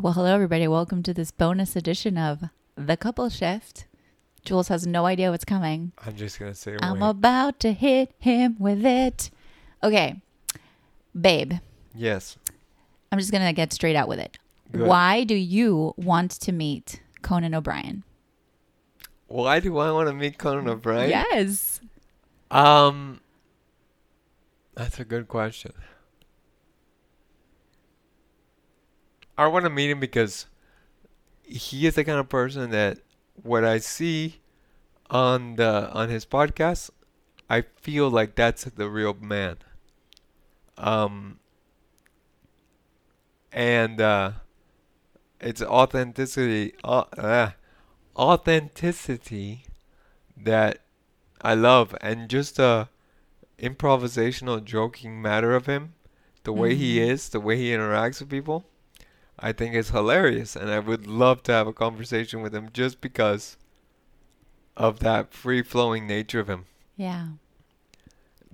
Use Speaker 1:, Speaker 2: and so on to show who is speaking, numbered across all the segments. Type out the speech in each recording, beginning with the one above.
Speaker 1: Well, hello, everybody. Welcome to this bonus edition of The Couple Shift. Jules has no idea what's coming.
Speaker 2: I'm just gonna say
Speaker 1: I'm
Speaker 2: wait.
Speaker 1: about to hit him with it. Okay, babe,
Speaker 2: yes.
Speaker 1: I'm just going to get straight out with it.
Speaker 2: Good.
Speaker 1: Why do you want to meet Conan O'Brien?
Speaker 2: Why do I want to meet Conan O'Brien?
Speaker 1: Yes.
Speaker 2: Um, that's a good question. I want to meet him because he is the kind of person that what I see on the on his podcast, I feel like that's the real man. Um, and uh, it's authenticity, uh, uh, authenticity that I love and just the improvisational joking matter of him, the way he
Speaker 1: Mm-hmm.
Speaker 2: is, the way he interacts with people, I think is hilarious and I would love to have a conversation with him just because of that free flowing nature of him.
Speaker 1: Yeah.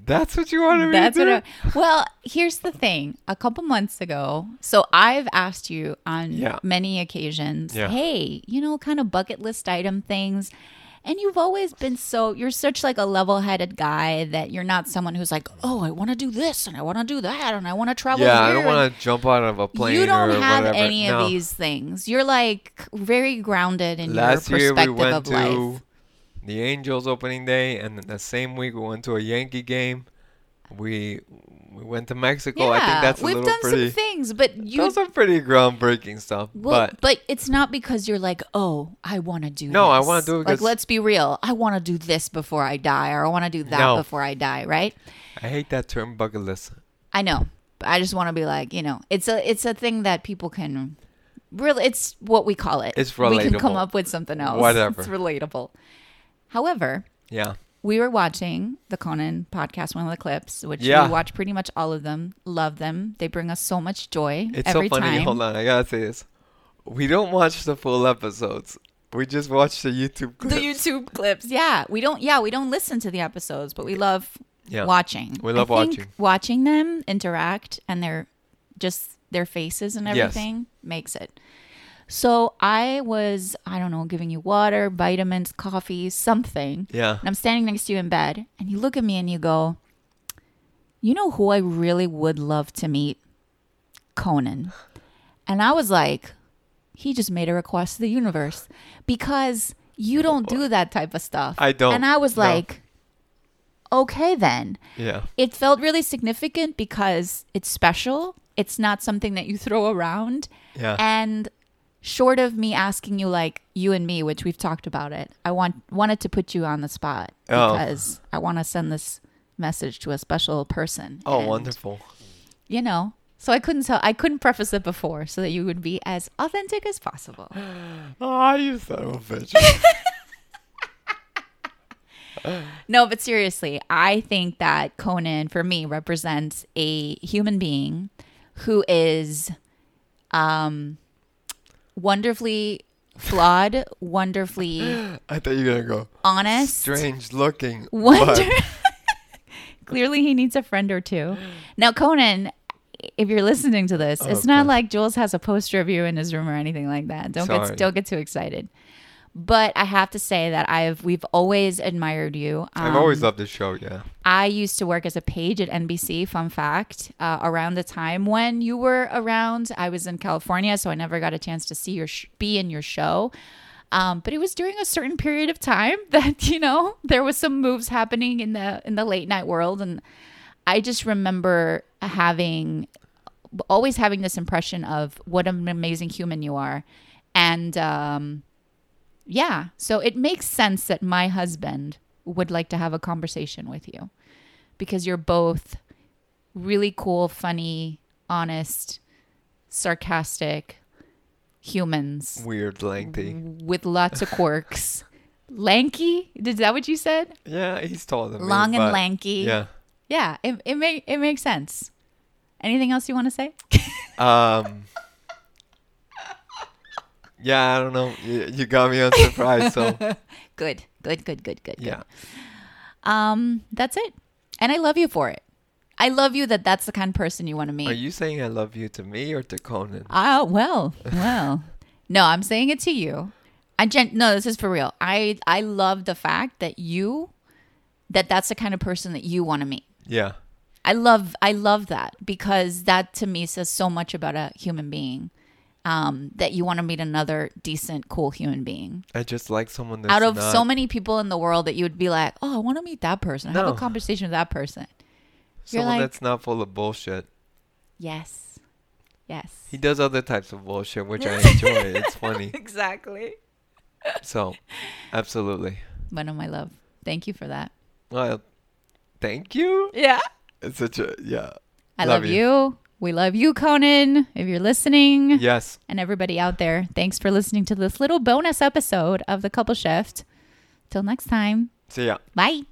Speaker 2: That's what you want to read.
Speaker 1: That's what.
Speaker 2: through?
Speaker 1: I, well, here's the thing. A couple months ago, so I've asked you on
Speaker 2: Yeah.
Speaker 1: many occasions,
Speaker 2: Yeah.
Speaker 1: hey, you know, kind of bucket list item things. And you've always been so you're such like a level-headed guy that you're not someone who's like, "Oh, I want to do this and I want to do that and I want to travel
Speaker 2: Yeah, I
Speaker 1: here."
Speaker 2: don't
Speaker 1: and-
Speaker 2: want to jump out of a plane.
Speaker 1: you don't
Speaker 2: or
Speaker 1: have
Speaker 2: whatever.
Speaker 1: any
Speaker 2: No.
Speaker 1: of these things. You're like very grounded in
Speaker 2: Last
Speaker 1: your
Speaker 2: year
Speaker 1: perspective
Speaker 2: we went
Speaker 1: of
Speaker 2: to
Speaker 1: life.
Speaker 2: the Angels opening day, and then the same week we went to a Yankee game. We we went to Mexico. Oh, I think that's a
Speaker 1: we've
Speaker 2: little
Speaker 1: done
Speaker 2: pretty.
Speaker 1: some things, but you
Speaker 2: Those are pretty groundbreaking stuff.
Speaker 1: Well,
Speaker 2: but
Speaker 1: but, it's not because you're like, oh, I want to do.
Speaker 2: No, I
Speaker 1: this."
Speaker 2: wanna do it
Speaker 1: Like,
Speaker 2: because-
Speaker 1: let's be real. I want to do this before I die, or I want to do that
Speaker 2: No.
Speaker 1: before I die. Right?
Speaker 2: I hate that term bucket list.
Speaker 1: I know. But I just want to be like, you know, it's a it's a thing that people can really. It's what we call it.
Speaker 2: It's
Speaker 1: We can come
Speaker 2: relatable.
Speaker 1: up with something else.
Speaker 2: Whatever.
Speaker 1: It's relatable. However,
Speaker 2: Yeah.
Speaker 1: we were watching the Conan podcast, one of the clips, which
Speaker 2: Yeah.
Speaker 1: we watch pretty much all of them. Love them. They bring us so much joy
Speaker 2: It's
Speaker 1: every
Speaker 2: so funny.
Speaker 1: time.
Speaker 2: Hold on, I gotta say this. We don't watch the full episodes. We just watch the YouTube clips.
Speaker 1: the YouTube clips. Yeah, we don't. Yeah, we don't listen to the episodes, but we love
Speaker 2: Yeah.
Speaker 1: watching.
Speaker 2: We love
Speaker 1: I think
Speaker 2: watching.
Speaker 1: watching them interact and their just their faces and
Speaker 2: Yes.
Speaker 1: everything makes it. So I was I don't know giving you water, vitamins, coffee, something.
Speaker 2: Yeah.
Speaker 1: And I'm standing next to you in bed, and you look at me and you go, "You know who I really would love to meet? Conan." And I was like, he just made a request to the universe because you don't do that type of stuff.
Speaker 2: I don't,
Speaker 1: And I was
Speaker 2: no.
Speaker 1: like, okay, then.
Speaker 2: Yeah.
Speaker 1: It felt really significant because it's special. It's not something that you throw around.
Speaker 2: Yeah.
Speaker 1: And short of me asking you, like you and me, which we've talked about it, I want wanted to put you on the spot
Speaker 2: Oh.
Speaker 1: because I want to send this message to a special person.
Speaker 2: oh,
Speaker 1: And,
Speaker 2: wonderful.
Speaker 1: You know. So I couldn't tell. I couldn't preface it before, so that you would be as authentic as possible.
Speaker 2: Ah, you son of a bitch.
Speaker 1: No, but seriously, I think that Conan for me represents a human being who is um wonderfully flawed, wonderfully
Speaker 2: I thought you were gonna go.
Speaker 1: honest.
Speaker 2: Strange looking.
Speaker 1: Wonder-
Speaker 2: but-
Speaker 1: Clearly he needs a friend or two. Now Conan, if you're listening to this, it's not
Speaker 2: Oh, Okay.
Speaker 1: like Jules has a poster of you in his room or anything like that. Don't
Speaker 2: Sorry.
Speaker 1: get don't get too excited. But I have to say that I've we've always admired you.
Speaker 2: I've
Speaker 1: Um,
Speaker 2: always loved this show. Yeah.
Speaker 1: I used to work as a page at NBC, fun fact, uh, around the time when you were around. I was in California, so I never got a chance to see your sh- be in your show. Um, but it was during a certain period of time that you know there was some moves happening in the in the late night world, and I just remember having always having this impression of what an amazing human you are, and um, yeah, so it makes sense that my husband would like to have a conversation with you because you're both really cool, funny, honest, sarcastic humans
Speaker 2: Weird, lengthy.
Speaker 1: with lots of quirks. lanky? Is that what you said?
Speaker 2: Yeah, he's taller than me,
Speaker 1: Long and
Speaker 2: but-
Speaker 1: lanky.
Speaker 2: Yeah.
Speaker 1: Yeah, it it, make, it makes sense. Anything else you want to say?
Speaker 2: Um. yeah, I don't know. You, you got me on surprise. So
Speaker 1: Good. Good, good, good, good. good.
Speaker 2: yeah,
Speaker 1: Um, that's it. And I love you for it. I love you that that's the kind of person you want to meet.
Speaker 2: Are you saying I love you to me or to Conan?
Speaker 1: Ah, well, well. no, I'm saying it to you. I gen- no, this is for real. I I love the fact that you that that's the kind of person that you want to meet.
Speaker 2: Yeah.
Speaker 1: I love I love that because that to me says so much about a human being. Um, that you want to meet another decent, cool human being.
Speaker 2: I just like someone that's
Speaker 1: Out of
Speaker 2: not,
Speaker 1: so many people in the world that you would be like, oh, I want to meet that person. Have
Speaker 2: No.
Speaker 1: a conversation with that person. you're
Speaker 2: someone
Speaker 1: like-
Speaker 2: that's not full of bullshit.
Speaker 1: Yes. Yes.
Speaker 2: He does other types of bullshit, which I enjoy. it's funny.
Speaker 1: Exactly.
Speaker 2: So, absolutely.
Speaker 1: Bueno, my love. Thank you for that.
Speaker 2: Well, thank you.
Speaker 1: Yeah.
Speaker 2: It's such a yeah.
Speaker 1: I
Speaker 2: Love
Speaker 1: love,
Speaker 2: you.
Speaker 1: you. We love you, Conan, if you're listening,
Speaker 2: Yes.
Speaker 1: and everybody out there. Thanks for listening to this little bonus episode of The Couple Shift. Till next time,
Speaker 2: So yeah.
Speaker 1: bye.